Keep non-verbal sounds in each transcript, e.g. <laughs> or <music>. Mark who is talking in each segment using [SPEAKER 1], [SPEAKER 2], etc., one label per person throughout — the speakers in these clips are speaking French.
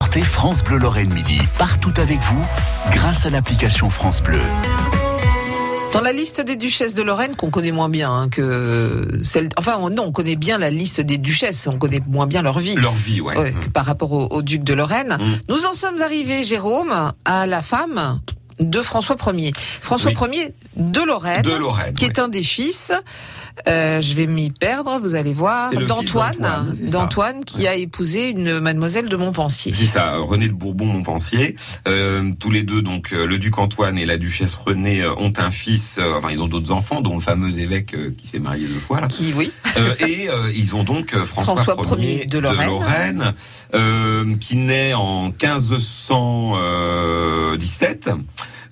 [SPEAKER 1] Portez France Bleu Lorraine Midi partout avec vous grâce à l'application France Bleu.
[SPEAKER 2] Dans la liste des duchesses de Lorraine, qu'on connaît moins bien hein, que celle. Enfin, on- non, on connaît bien la liste des duchesses, on connaît moins bien leur vie.
[SPEAKER 3] Leur vie, ouais.
[SPEAKER 2] Ouais, que par rapport au, au duc de Lorraine.
[SPEAKER 3] Mm.
[SPEAKER 2] Nous en sommes arrivés, Jérôme, à la femme de François Ier. François
[SPEAKER 3] Oui.
[SPEAKER 2] Ier de Lorraine,
[SPEAKER 3] De Lorraine.
[SPEAKER 2] qui
[SPEAKER 3] ouais.
[SPEAKER 2] est un des fils, euh, je vais m'y perdre, vous allez voir,
[SPEAKER 3] C'est le fils
[SPEAKER 2] d'Antoine,
[SPEAKER 3] d'Antoine, c'est ça.
[SPEAKER 2] d'Antoine qui a épousé une mademoiselle de Montpensier.
[SPEAKER 3] C'est ça, René de Bourbon, Montpensier. Euh, tous les deux, donc euh, le duc Antoine et la duchesse Renée euh, ont un fils. euh, enfin, ils ont d'autres enfants, dont le fameux évêque euh, qui s'est marié
[SPEAKER 2] <laughs>
[SPEAKER 3] deux fois. Là.
[SPEAKER 2] Qui, oui,
[SPEAKER 3] Euh, et euh, ils ont donc euh, François,
[SPEAKER 2] François
[SPEAKER 3] Ier
[SPEAKER 2] Ier de Lorraine.
[SPEAKER 3] Lorraine, euh, qui naît en 1517.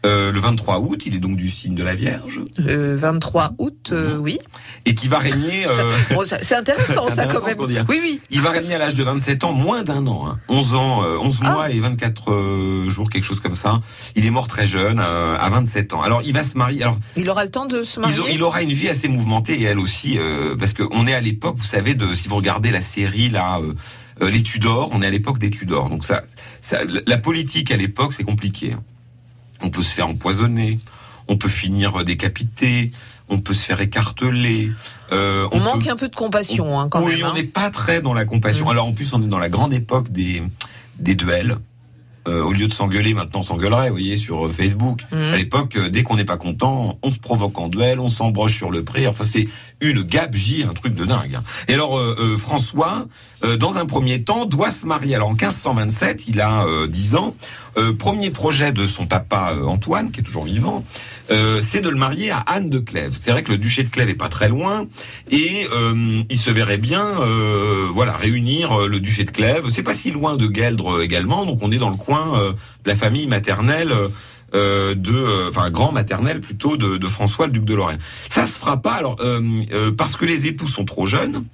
[SPEAKER 3] euh, le 23 août, il est donc du signe de la Vierge,
[SPEAKER 2] euh, 23 août, euh, oui.
[SPEAKER 3] et qui va régner. euh,
[SPEAKER 2] Bon, ça- c'est intéressant,
[SPEAKER 3] <laughs> C'est
[SPEAKER 2] ça,
[SPEAKER 3] intéressant
[SPEAKER 2] quand
[SPEAKER 3] ce
[SPEAKER 2] même.
[SPEAKER 3] qu'on dit, hein.
[SPEAKER 2] Oui, oui.
[SPEAKER 3] Il va régner à l'âge de 27 ans, moins d'un an, hein. 11 ans, euh, 11
[SPEAKER 2] Ah.
[SPEAKER 3] mois et 24 euh, jours, quelque chose comme ça. Il est mort très jeune, euh, à 27 ans. Alors il va se marier. Alors
[SPEAKER 2] Il aura le temps de se
[SPEAKER 3] ils ont-
[SPEAKER 2] marier.
[SPEAKER 3] il aura une vie assez mouvementée et elle aussi, euh, parce que on est à l'époque, vous savez, de si vous regardez la série là, euh, euh, les Tudors, on est à l'époque des Tudors. Donc ça, ça- la politique à l'époque, c'est compliqué. hein. On peut se faire empoisonner, on peut finir euh, décapité, on peut se faire écarteler. euh,
[SPEAKER 2] On
[SPEAKER 3] peut-
[SPEAKER 2] manque un peu de compassion, hein, quand
[SPEAKER 3] oui,
[SPEAKER 2] même.
[SPEAKER 3] on
[SPEAKER 2] hein.
[SPEAKER 3] n'est pas très dans la compassion.
[SPEAKER 2] Mm.
[SPEAKER 3] Alors en plus, on est dans la grande époque des, des duels. Euh, au lieu de s'engueuler, maintenant on s'engueulerait, vous voyez, sur euh, Facebook.
[SPEAKER 2] Mm.
[SPEAKER 3] À l'époque, euh, dès qu'on n'est pas content, on se provoque en duel, on s'embroche sur le pré. Enfin, c'est une gabegie, un truc de dingue. hein. Et alors, euh, euh, François, euh, dans un premier temps, doit se marier. Alors, en 1527, il a euh, 10 ans. Euh, premier projet de son papa euh, Antoine, qui est toujours vivant, euh, c'est de le marier à Anne de Clèves. C'est vrai que le duché de Clèves est pas très loin et euh, il se verrait bien, euh, voilà, réunir euh, le duché de Clèves. C'est pas si loin de Gueldre euh, également, donc on est dans le coin euh, de la famille maternelle. euh, euh, de euh, enfin grand maternelle plutôt de, de François le duc de Lorraine. Ça se fera pas alors euh, euh, parce que les époux sont trop jeunes.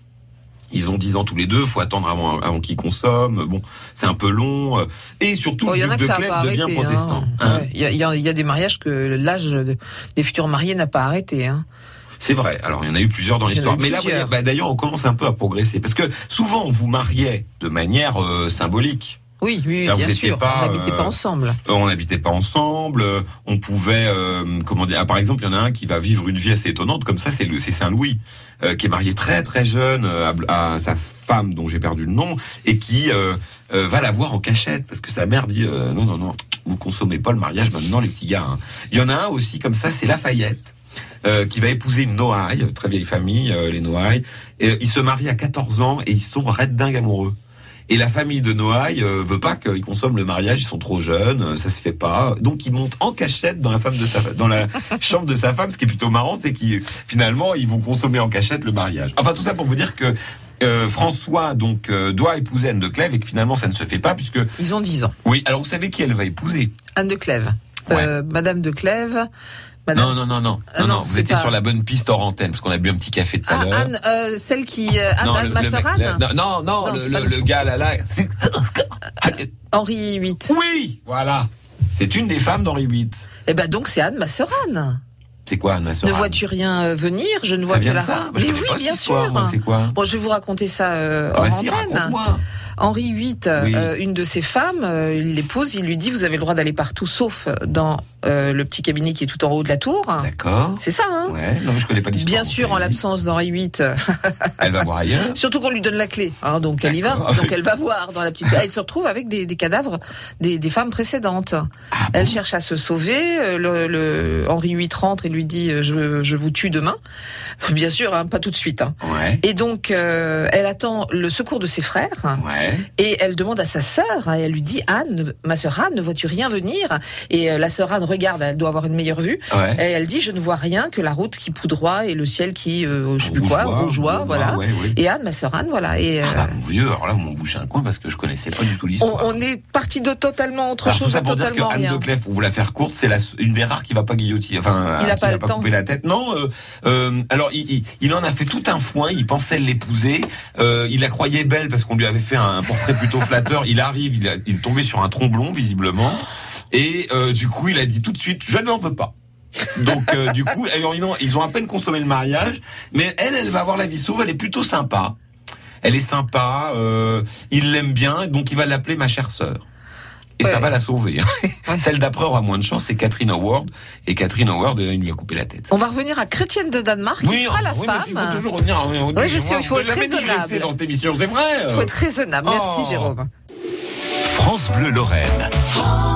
[SPEAKER 3] Ils ont 10 ans tous les deux, faut attendre avant, avant qu'ils consomment. Bon, c'est un peu long euh, et surtout
[SPEAKER 2] Bon,
[SPEAKER 3] le
[SPEAKER 2] il Oh, y en a
[SPEAKER 3] duc
[SPEAKER 2] que
[SPEAKER 3] de
[SPEAKER 2] ça a
[SPEAKER 3] Clèves
[SPEAKER 2] pas
[SPEAKER 3] devient
[SPEAKER 2] arrêté.
[SPEAKER 3] protestant.
[SPEAKER 2] hein.
[SPEAKER 3] hein.
[SPEAKER 2] Ouais, Il y a- il y, a- il y a des mariages que l'âge de- des futurs mariés n'a pas arrêté. hein.
[SPEAKER 3] C'est vrai. Alors, il y en a eu plusieurs dans
[SPEAKER 2] Il y en a
[SPEAKER 3] l'histoire.
[SPEAKER 2] eu
[SPEAKER 3] Mais là,
[SPEAKER 2] plusieurs.
[SPEAKER 3] vous voyez, bah, d'ailleurs, on commence un peu à progresser. Parce que souvent, on vous mariait de manière euh, symbolique.
[SPEAKER 2] Oui, oui,
[SPEAKER 3] Ça,
[SPEAKER 2] bien
[SPEAKER 3] vous étiez
[SPEAKER 2] sûr.
[SPEAKER 3] pas,
[SPEAKER 2] on n'habitait
[SPEAKER 3] euh,
[SPEAKER 2] pas ensemble.
[SPEAKER 3] Euh, on n'habitait pas ensemble. euh, on pouvait, euh, comment dire. ah, par exemple, il y en a un qui va vivre une vie assez étonnante. Comme ça, c'est le, c'est Saint Louis, euh, qui est marié très très jeune euh, à, à sa femme dont j'ai perdu le nom et qui euh, euh, va la voir en cachette parce que sa mère dit euh, non non non, vous consommez pas le mariage maintenant, les petits gars. hein. Il y en a un aussi comme ça, c'est Lafayette. euh, qui va épouser une Noailles, très vieille famille, euh, les Noailles. Et, euh, ils se marient à 14 ans et ils sont red dingue amoureux. Et la famille de Noailles euh, veut pas qu'ils consomment le mariage, ils sont trop jeunes, euh, ça se fait pas. Donc ils montent en cachette dans la femme de sa dans
[SPEAKER 2] <laughs>
[SPEAKER 3] la chambre de sa femme. Ce qui est plutôt marrant, c'est qu'ils finalement ils vont consommer en cachette le mariage. Enfin tout ça pour vous dire que euh, François donc euh, doit épouser Anne de Clèves et que finalement ça ne se fait pas puisque
[SPEAKER 2] Ils ont 10 ans.
[SPEAKER 3] oui. Alors vous savez qui elle va épouser
[SPEAKER 2] Anne de Clèves.
[SPEAKER 3] Ouais.
[SPEAKER 2] Euh, Madame de Clèves. Madame...
[SPEAKER 3] Non non non non
[SPEAKER 2] Ah
[SPEAKER 3] non
[SPEAKER 2] non,
[SPEAKER 3] non. Vous
[SPEAKER 2] c'est
[SPEAKER 3] étiez
[SPEAKER 2] pas-
[SPEAKER 3] sur la bonne piste hors antenne parce qu'on a bu un petit café tout
[SPEAKER 2] Ah,
[SPEAKER 3] à l'heure.
[SPEAKER 2] Anne, euh, celle qui. euh, Anne,
[SPEAKER 3] Non,
[SPEAKER 2] Anne
[SPEAKER 3] le- le mec,
[SPEAKER 2] Masserin
[SPEAKER 3] le- non, non,
[SPEAKER 2] Non,
[SPEAKER 3] le,
[SPEAKER 2] c'est pas
[SPEAKER 3] le-
[SPEAKER 2] le-
[SPEAKER 3] le gars là, là, c'est-
[SPEAKER 2] Henri VIII.
[SPEAKER 3] oui, voilà. C'est une des femmes d'Henri VIII.
[SPEAKER 2] Eh ben donc c'est Anne Masserane.
[SPEAKER 3] C'est quoi, Anne Masserin
[SPEAKER 2] Ne vois-tu rien euh, venir Je ne vois
[SPEAKER 3] Ça vient
[SPEAKER 2] que
[SPEAKER 3] de
[SPEAKER 2] la.
[SPEAKER 3] ça Moi, Je
[SPEAKER 2] Mais
[SPEAKER 3] connais
[SPEAKER 2] oui,
[SPEAKER 3] pas
[SPEAKER 2] bien
[SPEAKER 3] cette histoire,
[SPEAKER 2] sûr.
[SPEAKER 3] moi, c'est quoi
[SPEAKER 2] Bon, je vais vous raconter ça euh,
[SPEAKER 3] Ah,
[SPEAKER 2] hors
[SPEAKER 3] si,
[SPEAKER 2] antenne.
[SPEAKER 3] raconte-moi.
[SPEAKER 2] Henri VIII,
[SPEAKER 3] Oui.
[SPEAKER 2] euh, une de ses femmes, euh, il l'épouse, il lui dit vous avez le droit d'aller partout sauf dans euh, le petit cabinet qui est tout en haut de la tour.
[SPEAKER 3] D'accord.
[SPEAKER 2] C'est ça, hein
[SPEAKER 3] Ouais, non, mais je connais pas l'histoire.
[SPEAKER 2] Bien
[SPEAKER 3] donc,
[SPEAKER 2] sûr, en
[SPEAKER 3] elle-
[SPEAKER 2] l'absence d'Henri VIII.
[SPEAKER 3] Elle va voir ailleurs.
[SPEAKER 2] Surtout qu'on lui donne la clé, hein, donc elle y va.
[SPEAKER 3] D'accord.
[SPEAKER 2] Donc elle va voir dans la petite. Elle se retrouve avec des, des cadavres des, des femmes précédentes.
[SPEAKER 3] Ah,
[SPEAKER 2] Elle cherche à se sauver. euh, Le, le Henri VIII rentre et lui dit euh, je, je vous tue demain. Bien sûr, hein, pas tout de suite. hein.
[SPEAKER 3] Ouais.
[SPEAKER 2] Et donc euh, elle attend le secours de ses frères.
[SPEAKER 3] Ouais.
[SPEAKER 2] Et elle demande à sa sœur, hein, et elle lui dit Anne, ma sœur Anne, ne vois-tu rien venir Et euh, la sœur Anne regarde, elle doit avoir une meilleure vue.
[SPEAKER 3] Ouais.
[SPEAKER 2] Et elle dit Je ne vois rien que la route qui poudroie et le ciel qui, euh, je sais plus quoi,
[SPEAKER 3] Rougeois,
[SPEAKER 2] rougeoie,
[SPEAKER 3] Rougeois,
[SPEAKER 2] voilà.
[SPEAKER 3] Ouais, ouais.
[SPEAKER 2] Et Anne, ma sœur Anne, voilà. Et euh,
[SPEAKER 3] Ah, bah, mon vieux, alors là, vous m'en bouchez un coin parce que je connaissais pas du tout
[SPEAKER 2] on,
[SPEAKER 3] l'histoire.
[SPEAKER 2] on est parti de totalement autre
[SPEAKER 3] Alors, tout
[SPEAKER 2] chose
[SPEAKER 3] ça
[SPEAKER 2] à
[SPEAKER 3] pour dire que
[SPEAKER 2] totalement
[SPEAKER 3] Anne
[SPEAKER 2] rien.
[SPEAKER 3] de Clèves, pour vous la faire courte, c'est la s- une des rares qui va pas guillotiner, enfin,
[SPEAKER 2] Il
[SPEAKER 3] à
[SPEAKER 2] a
[SPEAKER 3] qui
[SPEAKER 2] pas
[SPEAKER 3] n'a
[SPEAKER 2] le temps.
[SPEAKER 3] coupé la tête. Non, euh, euh, alors il, il, il en a fait tout un foin. Il pensait l'épouser. Euh, il la croyait belle parce qu'on lui avait fait un portrait
[SPEAKER 2] <laughs>
[SPEAKER 3] plutôt flatteur. Il arrive, il, a- il est tombé sur un tromblon visiblement, et euh, du coup, il a dit tout de suite, je n'en veux pas. Donc euh, du coup, alors, ils ont- ils ont à peine consommé le mariage, mais elle, elle va avoir la vie sauve. Elle est plutôt sympa. Elle est sympa. euh, il l'aime bien, donc il va l'appeler ma chère sœur. Et ça
[SPEAKER 2] Ouais.
[SPEAKER 3] va la sauver. hein.
[SPEAKER 2] Ouais.
[SPEAKER 3] Celle d'après aura moins de chance, c'est Catherine Howard. Et Catherine Howard, euh, il lui a coupé la tête.
[SPEAKER 2] On va revenir à Chrétienne de Danemark, qui sera la
[SPEAKER 3] oui, mais il faut
[SPEAKER 2] femme.
[SPEAKER 3] toujours revenir. hein. à- au-
[SPEAKER 2] Oui, je sais,
[SPEAKER 3] on
[SPEAKER 2] il faut
[SPEAKER 3] peut
[SPEAKER 2] être
[SPEAKER 3] jamais digresser
[SPEAKER 2] raisonnable.
[SPEAKER 3] dans cette émission, c'est vrai.
[SPEAKER 2] Il faut être raisonnable. Merci,
[SPEAKER 3] Oh.
[SPEAKER 2] Jérôme.
[SPEAKER 1] France Bleu Lorraine.
[SPEAKER 4] France Bleu.